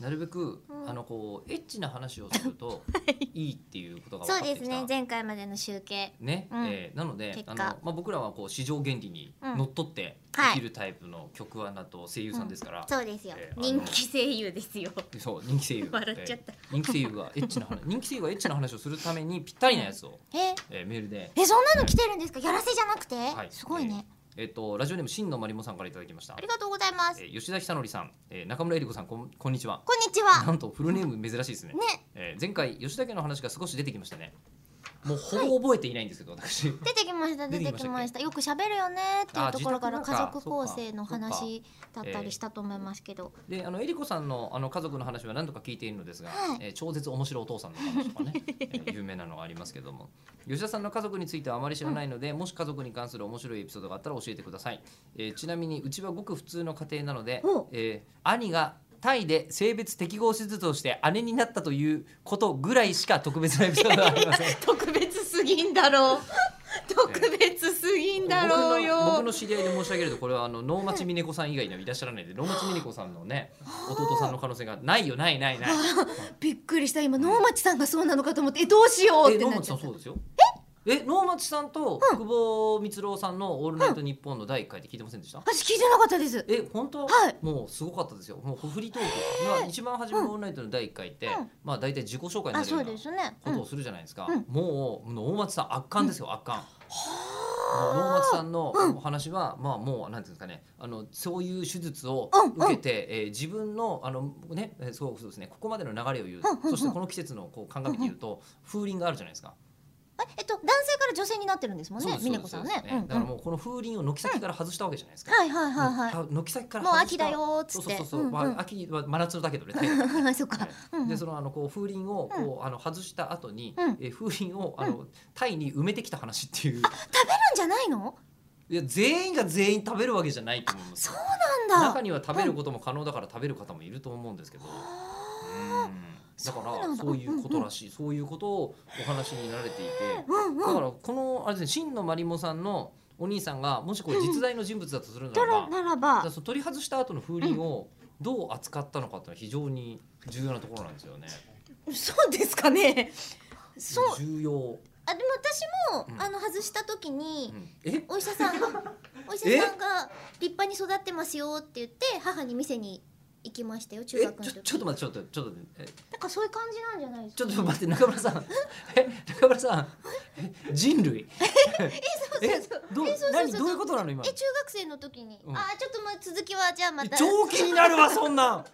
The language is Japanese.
なるべく、うんあのこうエッチな話をするといいっていうことが分そかうっでてすきたね前回までの集計ね、うんえーなので結果あの、まあ、僕らはこう市場原理にうんのっとってはい生きるタイプの曲アナと声優さんですから、そうですよ、えーあの人気声優ですよそう人気声優笑っちゃったえー人気声優がエッチ な話人気声優がエッチな話をするためにぴったりなやつを、ええーメールで、えそんなの来てるんですかやらせじゃなくて、すごいね、えーえーとラジオネーム真のまりもさんからいただきましたあり、がとうございますえー吉田久典さん、えー中村えり子さんこん こんにちはこんにちはなんとフルネーム珍しいですねねえー前回吉田家の話が少し出てきましたねもうほぼ覚えていないんですけど、私出てきました出出てきてまきしたっけましたよく喋るよねっていうところからあ家自宅なんか族構成のそっか話だったりしたと思いますけど、であのえりこさんのあの家族の話は何度か聞いているのですが、はいえー超絶面白いお父さんの話とか ね、えー有名なのがありますけども吉田さんの家族についてはあまり知らないので、もし家族に関する面白いエピソードがあったら教えてください、えーちなみにうちはごく普通の家庭なのでお、えー兄がタイで性別適合手術をして姉になったということぐらいしか特別なエピソードはありません特別すぎんだろう特別すぎんだろうよ、僕の僕の知り合いで申し上げるとこれはあの能町みね子さん以外にはいらっしゃらないので能町みね子さんのね弟さんの可能性がないよないないないびっくりした今能町さんがそうなのかと思ってえどうしようっえて能なっ町ちさゃんそうったですよえ能町さんとうん久保光郎さんの「オールナイトニッポン」の第1回って聞いてませんでした、私聞いてなかったですえ本当、はいもうすごかったですよもうフリートークが一番初めの「オールナイト」の第1回って、うんまあ大体自己紹介になるあよそううなですね、うこん、とをはするじゃないですか、うんもう能町さん圧巻ですよ、圧巻もう能町さんのお話は、まあもうなんていうんですかねあのそういう手術をうん受けて、えー自分のあのねえーそうそうですねここまでの流れを言う、うんうんうんそしてこの季節のこう鑑みて言うと、風鈴があるじゃないですかええっと男性から女性になってるんですもんそうねです美そうねですそうです子さんはねね、うんだからもうこの風鈴を軒先から外したわけじゃないですか、はいはいはいはい、うん軒先からもう外秋しただよーっつそうっそうてそうそう、まあ、秋は真夏だけどね太陽だからうんうん そっか、うんうんでそのあのこう風鈴をこうあの外した後に、うんえー風鈴をあのタイに埋めてきた話っていう、じゃないのいや全員が全員食べるわけじゃないと思うんですよなん中だには食べることも可能だから食べる方もいると思うんですけど、うんだかそうならんだそういうことらしい、そういうことをお話になられていて、うんだうかんらこのあれですね真のまりもさんのお兄さんがもしこれ実在の人物だとするなだらば、ろならだかばらその取り外した後の風鈴をどう扱ったのかっていうのは非常に重要なところなんですよね。そうですかねそう重要。あでも私も、うんあの外した時にう、んえお医者 さんがお医者さんが立派に育ってますよって言って母に店に行きましたよ中え学のち時ょちょっと待ってちょっとちょっとえなんかそういう感じなんじゃないですちかょっと待って中村さん え中村さんえ人類えそうそうそうどうえそうそう何そうどういうことなの今のえ中学生の時に、うんあーちょっとまあ続きはじゃあまた長期になるわそんなん